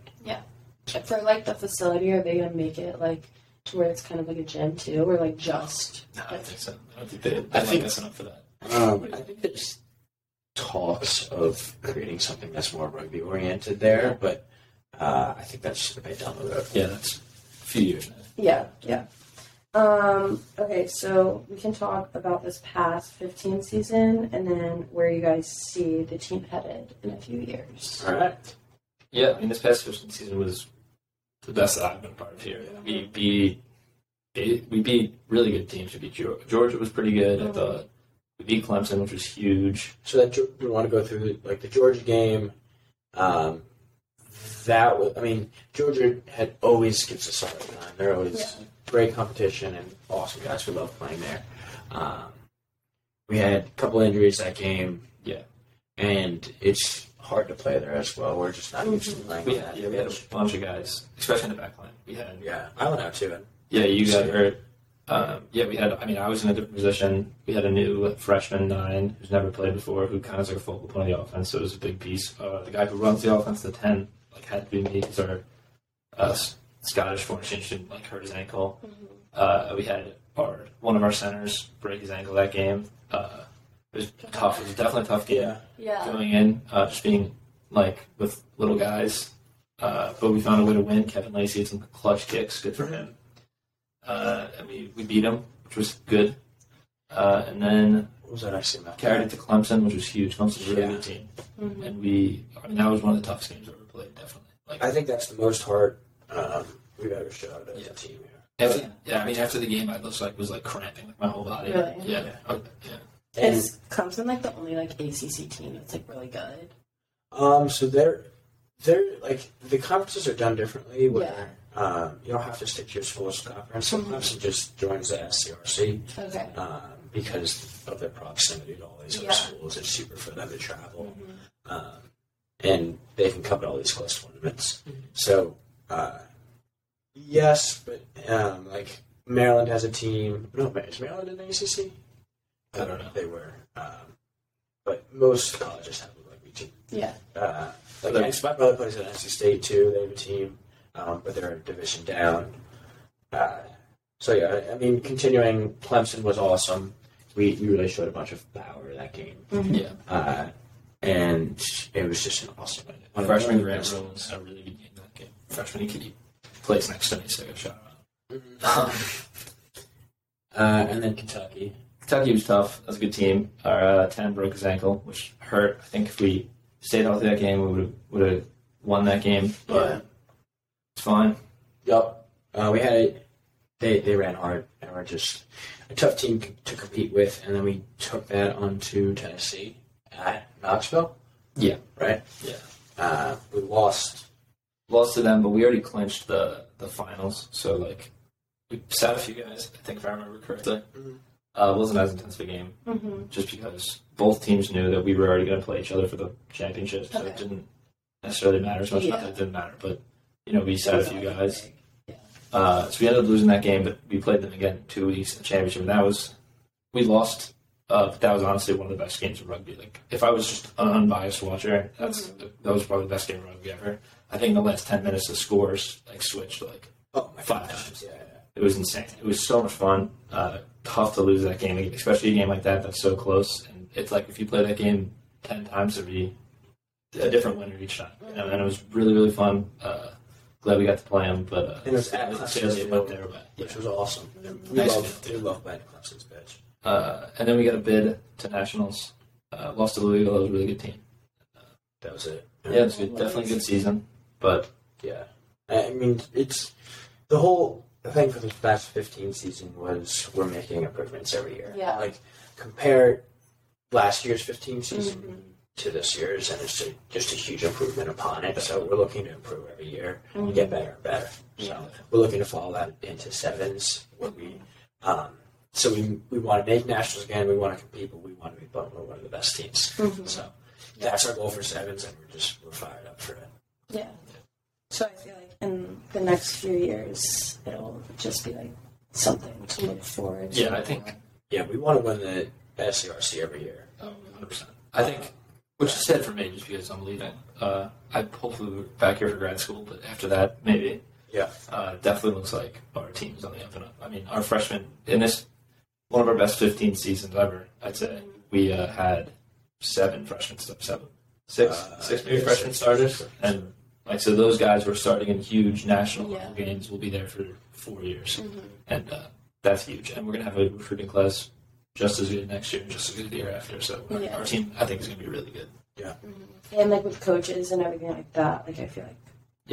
For like the facility, are they gonna make it like to where it's kind of like a gym too, or like just?
No, I don't think so. I don't think they. they
I
like
think-
us enough for that.
Um, I think there's talks of creating something that's more rugby oriented there, but uh, I think that's a bit down the road.
Yeah, that's a few years now.
Yeah, yeah. Um, okay, so we can talk about this past 15 season and then where you guys see the team headed in a few years.
All right.
Yeah, I mean, this past fishing season was the best that I've been a part of here. We beat it- we beat really good teams. We beat Geo- Georgia was pretty good. I
Mhm.
thought we beat Clemson, which was huge.
So that Ge- we want to go through like the Georgia game. Um, that was, I mean, Georgia had always gives us a hard time. They're always great competition and awesome guys. We love playing there. Um, we had a couple injuries that game.
Yeah.
and it's hard to play there as well. We're just not used to playing.
We
that.
had Mm-hmm. yeah, we had a bunch of guys, especially in the back line. We had
yeah, I went out too. And
yeah, you got hurt. um, yeah, we had. I mean, I was in a different position. We had a new freshman nine who's never played before, who kind of is like a focal point of the offense. So it was a big piece. Uh, the guy who runs the offense, the ten, like had to be me because our uh, S- Scottish foreign exchange student like hurt his ankle. Uh, we had our one of our centers break his ankle that game. Uh, it was tough. It was definitely a tough game
Yeah.
Yeah.
going in, uh, just being like with little guys. Uh, but we found a way to win. Kevin Lacey had some clutch kicks, good for him. Uh, and we, we beat him, which was good. Uh, and then
What was that actually about?
carried it to Clemson, which was huge. Clemson's a really
Yeah.
good team,
Mhm.
and we I mean, that was one of the toughest games I've ever played, definitely. Like,
I think that's the most heart um, we've ever showed as
Yeah.
a team. yeah.
after- yeah, I mean, after the game, I just like was like cramping like, my whole body.
Really?
Yeah, Oh, I- yeah.
And,
Is Clemson like the only like ACC team that's like really good?
um, so they're they're like the conferences are done differently. Where um, you don't have to stick to your school's conference. Some
Mhm.
Clemson just joins the SCRC
Okay.
um, because of their proximity to all these other
Yeah.
schools. It's cheaper for them to travel.
Mm-hmm.
um, and they can come to all these close tournaments. So, uh, yes, but um, like Maryland has a team. No, Ma- is Maryland in the ACC?
I don't know.
They were, um, but most colleges have a rugby team.
Yeah.
Uh, like
Okay.
NC my brother plays at NC State too. They have a team, um, but they're a division down. Uh, so yeah, I- I mean, continuing, Clemson was awesome. We, we really showed a bunch of power that game
Mm-hmm.
yeah.
uh, and it was just an awesome
My
night.
freshman Grant Rowe was a really good game that game. Freshman, he, could- he plays next to me, so I got shot out.
[LAUGHS]
Um,
uh, and then Kentucky.
Kentucky was tough. That was a good team. Our uh, ten broke his ankle, which hurt. I think if we stayed healthy that game, we would have would have won that game. But
Yeah.
it's fine.
Yup. Uh, we had a, they they ran hard and were just a tough team c- to compete with, and then we took that onto Tennessee at Knoxville.
Yeah.
Right.
Yeah.
Uh, we lost.
Lost to them, but we already clinched the the finals. So like, we sat a few guys. I think if I remember correctly,
Mhm.
uh, it wasn't as intense of a game
Mm-hmm.
just because both teams knew that we were already going to play each other for the championship. So it
Okay.
didn't necessarily matter as much. Not
Yeah.
that it didn't matter, but you know, we sat a few guys. Uh, so we ended up losing that game, but we played them again in two weeks in the championship, and that was we lost. Uh, but that was honestly one of the best games of rugby. Like if I was just an unbiased watcher, that's that was probably the best game of rugby ever. I think in the last ten minutes the scores like switched like
Oh my
Five
gosh.
times.
Yeah, yeah.
it was insane. It was so much fun. Uh, tough to lose that game, especially a game like that that's so close. And it's like if you play that game ten times, it'd be a different winner each time. And, and it was really really fun. Uh, glad we got to play them, but uh,
And it was at
necessarily
Clemson.
went their way. Yeah.
which was awesome. And we
Nice
love
field.
we love playing Clemson's pitch.
Uh, and then we got a bid to nationals. Uh, lost to Louisville. It was a really good team.
That was it.
Yeah, it was good. definitely a good season. But
Yeah. I I mean, it's the whole thing for this past 15 season was we're making improvements every year.
Yeah.
Like, compare last year's 15 season
Mm-hmm.
to this year's, and it's a, just a huge improvement upon it. So we're looking to improve every year and get better and better. So we're looking to follow that into sevens. What we,
Mm-hmm.
um, so we, we want to make nationals again. We want to compete, but we want to be but we're one of the best teams.
Mm-hmm.
So that's our goal for sevens, and we're just we're fired up for it.
Yeah. So I feel like in the next few years, it'll just be like something to look forward to.
Yeah, I think-
Yeah, we want to win the SCRC every year.
um, 100%. I think, which is sad for me, just because I'm leaving. Uh, I hopefully we're back here for grad school, but after that, maybe.
Yeah.
Uh, definitely looks like our team's on the up and up. I mean, our freshman in this one of our best 15 seasons ever. I'd
Mm-hmm.
say we uh, had seven freshmen, st- seven, six,
Uh,
six maybe
yeah,
freshman
six.
starters, and like so those guys were starting in huge national
Yeah.
games. We'll be there for four years,
Mm-hmm.
and uh, that's huge. And we're gonna have a recruiting class just as good next year, and just as good the year after. So our,
Yeah.
our team, I think, is gonna be really good.
Mm-hmm. And like with coaches and everything like that, like I feel like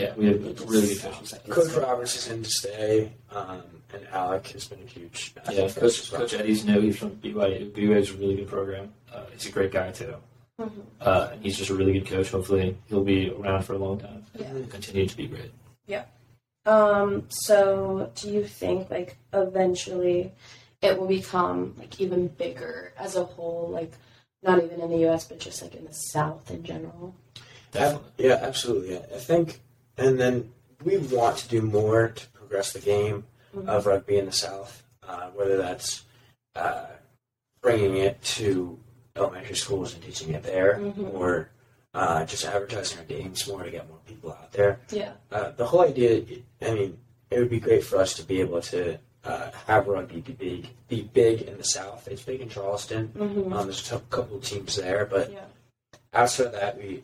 Yeah, we have a
It
really good
just
coaches.
sounds like
Coach Roberts is in to stay, um, and Alec has been a huge. I
Yeah,
think
Coach,
for us
Coach Eddie's new. He's from BYU. BYU is a really good program. Uh, he's a great guy too.
Mhm.
Uh, and he's just a really good coach. Hopefully, he'll be around for a long time.
Yeah.
He'll continue to be great.
Um, so do you think like eventually it will become like even bigger as a whole, like not even in the US but just like in the South in general?
Definitely.
Ab- yeah, absolutely. I I think, and then we want to do more to progress the game of rugby in the South. uh, whether that's uh, bringing it to elementary schools and teaching it there,
Mhm.
or uh, just advertising our games more to get more people out there.
Yeah.
Uh, the whole idea, I mean, it would be great for us to be able to uh, have rugby be big, be big in the South. It's big in Charleston.
Mm-hmm.
Uh,
Um, there's a t- couple of teams there, but
Yeah.
outside of that, we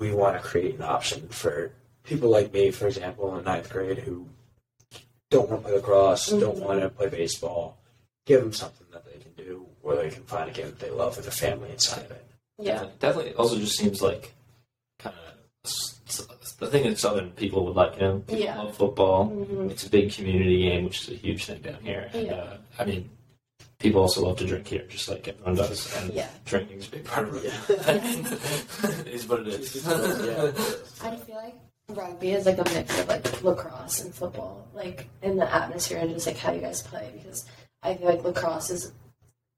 we want to create an option for people like me, for example, in ninth grade who don't want to play lacrosse, don't
Mhm.
want to play baseball. Give them something that they can do, or they can find a game that they love with a family inside of it.
Yeah.
Definitely. It also just seems like kind of the thing that Southern people would like, you know? People
Yeah.
love football.
Mm-hmm.
It's a big community game, which is a huge thing down here. And,
Yeah.
uh, I mean, people also love to drink here, just like everyone does. And
Yeah.
drinking is a big part of it. is what [LAUGHS] it
[LAUGHS]
is.
I feel like rugby is like a mix of like lacrosse and football, like in the atmosphere and just like how you guys play. Because I feel like lacrosse is,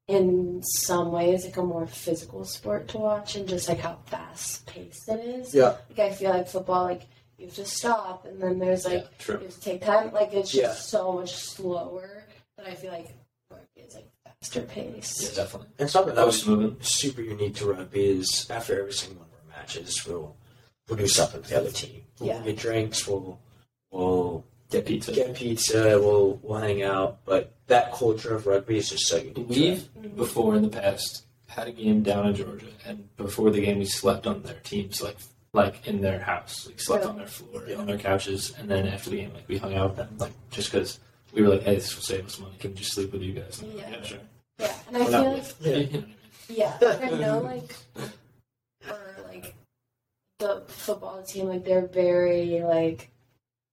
in some ways, like a more physical sport to watch, and just like how fast paced it is.
Yeah.
Like I feel like football, like you have to stop, and then there's like
Yeah, true.
you have to take time. Like it's just
Yeah.
so much slower. But I feel like rugby is like faster paced.
Yeah, definitely.
And something
That
else
was moving.
super unique to rugby is after every single one of our matches, we'll we'll do something with the other team. We'll
Yeah.
get drinks. We'll we'll
Get pizza.
get pizza. We'll we'll hang out. But that culture of rugby is just so unique.
We've
Mhm.
before in the past had a game down in Georgia, and before the game, we slept on their teams, like like in their house, like slept on their floor, on their couches, and then after the game, like we hung out with them, like just because we were like, hey, this will save us money. Can we just sleep with you guys? And they're
Yeah.
like, yeah, sure.
Yeah, and I
We're
feel
not
like
with.
Yeah.
You know what I mean?
[LAUGHS]
Yeah, like I know, like, or like the football team, like they're very like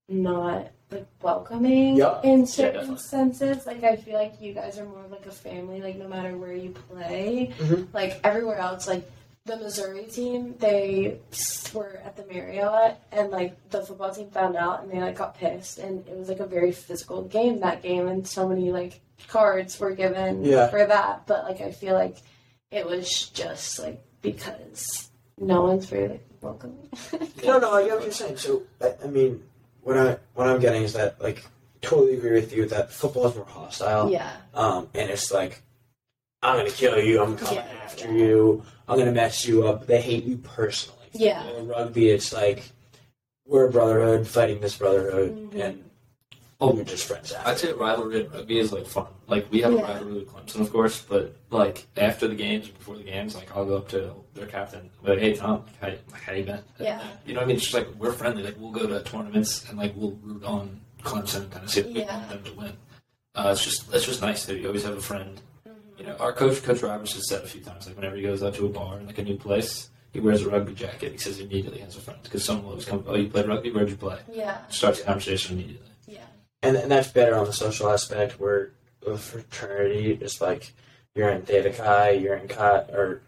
not like welcoming
Yeah.
in certain
definitely.
senses. Like I feel like you guys are more of, like a family. Like no matter where you play,
Mhm.
like everywhere else, like. The Missouri team, they s- were at the Marriott, and like the football team found out, and they like got pissed, and it was like a very physical game that game, and so many like cards were given
Yeah.
for that. But like I feel like it was just like because no one's very like welcoming.
No, no, I get what you're saying. So, I, I mean, what I what I'm getting is that like totally agree with you that football is more
Oh.
[LAUGHS]
hostile.
yeah,
Um, and it's like I'm gonna kill you. I'm coming
Yeah.
after you. I'm gonna mess you up. They hate you personally.
yeah,
Or rugby, it's like we're a brotherhood fighting this brotherhood,
Mhm.
and
Oh.
we're just friends. After.
I'd say rivalry in rugby is like fun. Like we have
Yeah.
a rivalry with Clemson, of course, but like after the games, before the games, like I'll go up to their captain, be like, "Hey Tom, how you, like, how you been?"
Yeah.
You know what I mean? It's just like we're friendly. Like we'll go to tournaments and like we'll root on Clemson and kind of see if we
Yeah.
want them to win. Uh, it's just it's just nice that you always have a friend. You know, our coach, Coach Roberts, has said a few times, like whenever he goes out to a bar in like a new place, he wears a rugby jacket. He says he immediately has a friend because someone will always come, "Oh, you played rugby? Where'd you play?"
yeah,
Starts the conversation immediately.
yeah,
and, and that's better on the social aspect where the fraternity is like you're in Theta Chi, you're in Chi, or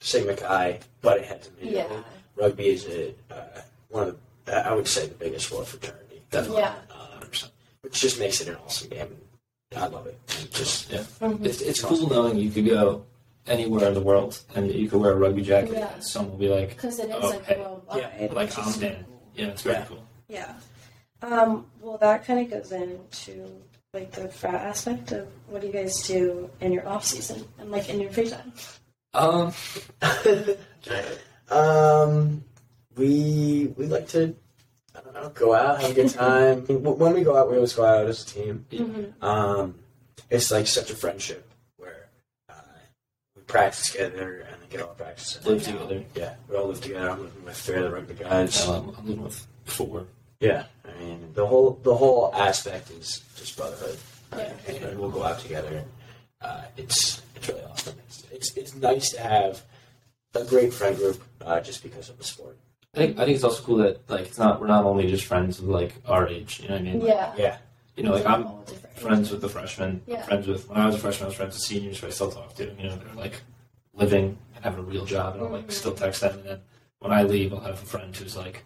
Sigma Chi, but it had to be
yeah,
rugby is a, uh, one of the, I would say the biggest world fraternity. Definitely.
yeah.
Uh, which just makes it an awesome game. I love it. It Just [LAUGHS]
Mhm.
It's, it's cool knowing you could go anywhere in the world and you could wear a rugby jacket.
Yeah.
And someone will be like,
Because it is like
Okay.
worldwide.
like
which
I'm
is-
Dan. Yeah, it's pretty
Yeah.
cool.
Yeah. Um, well, that kind of goes into like the frat aspect of what do you guys do in your off season and like in your free time?
Um,
um, we we like to I don't know go out have a good time. [LAUGHS] when we go out, we always go out as a team.
Mm-hmm.
Um, it's like such a friendship where uh, we practice together and then get all practice.
live together.
Yeah, we all live together. I'm living with three other rugby
And
guys.
um, I'm living with four.
Yeah, I mean the whole the whole aspect is just brotherhood.
Yeah.
And we'll go out together. And, uh, it's it's really awesome. It's, it's it's nice to have a great friend group uh, just because of the sport.
I think I think it's also cool that like it's not we're not only just friends with like our age. You know what I mean? Like,
Yeah.
Yeah,
You know, like
It's a
I'm
whole different-
friends with the freshmen.
Yeah.
Friends with when I was a freshman, I was friends with seniors who I still talk to. You know, they're like living and have a real job, and I'll like
Mhm.
still text them. And then when I leave, I'll have a friend who's like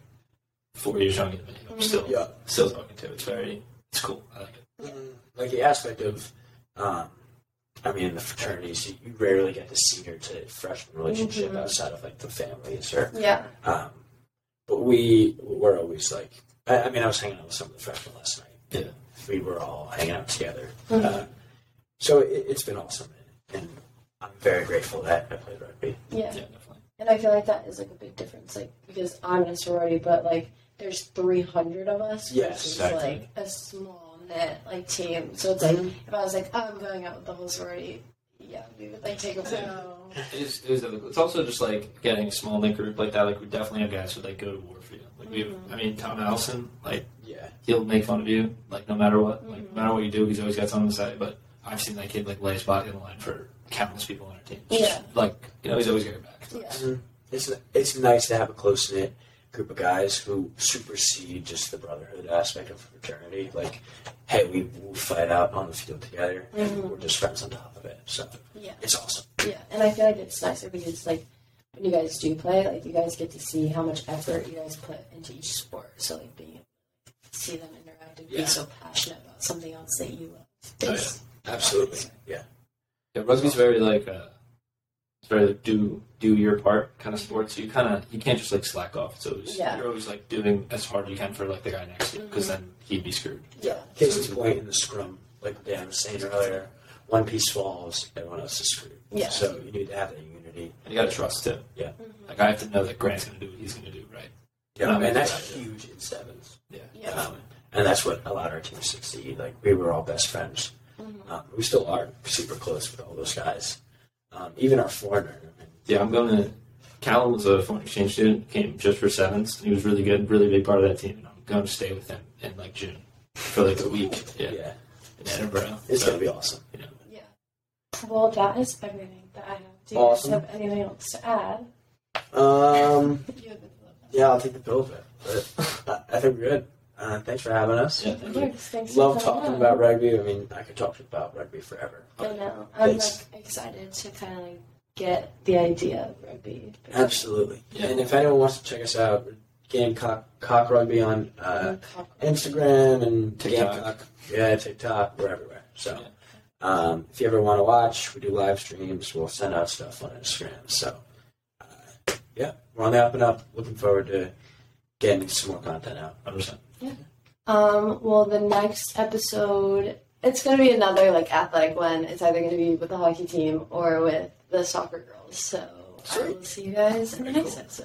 four years younger than me. who I'm
Mhm.
still
yeah.
still talking to. It's very, it's cool. I like it.
Mm, Like the aspect of, um, I mean, in the fraternities, you- you rarely get the senior to freshman relationship
Mhm.
outside of like the families or.
Yeah.
Um, but we were always like, I, I mean, I was hanging out with some of the freshmen last night.
Yeah.
we were all hanging out together.
Mhm.
Uh, so it, it's been awesome, and I'm very grateful that I played rugby.
Yeah.
Yeah, definitely.
And I feel like that is like a big difference, like because I'm in a sorority, but like there's 300 of us,
Yes,
which is
exactly. Mm-hmm.
like a small knit like team. So it's like if I was like, oh, I'm going out with the whole sorority, yeah, we would like take a photo.
It is, it is, it's also just like getting a small knit group like that. Like we definitely have guys who like go to war for you. Like we, have, I mean, Tom Allison, like
Yeah,
he'll make fun of you, like no matter what, like
Mhm.
no matter what you do, he's always got something to say. But I've seen that kid like lay his body on the line for countless people on our team. It's just, like you know, he's always got your back.
Yeah.
it's it's nice to have a close knit group of guys who supersede just the brotherhood aspect of fraternity. Like, hey, we, we fight out on the field together, and
Mhm.
we're just friends on top of it. So
Yeah,
it's awesome.
yeah. And I feel like it's nicer because like when you guys do play, like you guys get to see how much effort you guys put into each sport. So like being able to see them interact and
Yeah. Oh,
be so passionate about something else that you love.
yeah.
It's-
Absolutely, yeah.
Yeah, rugby's very like uh, it's very do do your part kind of sport. So you kind of you can't just like slack off. So it's,
Yeah.
you're always like doing as hard as you can for like the guy next to you because then he'd be screwed.
yeah.
Case in point in the scrum, like Dan was saying earlier, one piece falls, everyone else is screwed.
Yeah.
So you need to have that unity.
And you got to trust too.
Yeah.
Mm-hmm.
Like I have to know that Grant's going to do what he's going to do right.
Yeah,
Um,
and that's huge in sevens.
Yeah.
Um, and that's what allowed our team to succeed. Like we were all best friends.
Mm-hmm.
Um, we still are super close with all those guys. Um, even our foreigner. I mean,
Yeah, I'm going to. Callum was a foreign exchange student, came just for sevens, and he was really good, really big part of that team. And I'm going to stay with him in like June for like a week. Yeah,
yeah.
in Edinburgh.
it's
So,
gonna be awesome.
you know,
Yeah. Well, that is everything that I have. Do you
Awesome.
guys have anything else to add?
Um,
You have the
yeah, I'll take the pill of it. But
[LAUGHS]
I I think we're good. Uh, thanks for having us.
yeah, thank you.
Thanks. Thanks. for
Love
coming
talking
on.
about rugby. I mean, I could talk about rugby forever.
I know. I'm
Thanks.
like excited to kind of like get the idea of rugby.
Absolutely.
Yeah.
And if anyone wants to check us out, Gamecock Cock Rugby on uh,
Talk-
Instagram and
TikTok.
Gamecock. Yeah, TikTok. We're everywhere. So
Yeah.
um, if you ever want to watch, we do live streams. We'll send out stuff on Instagram. So uh, yeah, we're on the up and up. Looking forward to getting some more content out.
100%.
Um, well, the next episode, it's going to be another like athletic one. It's either going to be with the hockey team or with the soccer girls. So I
Sweet.
will see you guys in the
Very
next episode.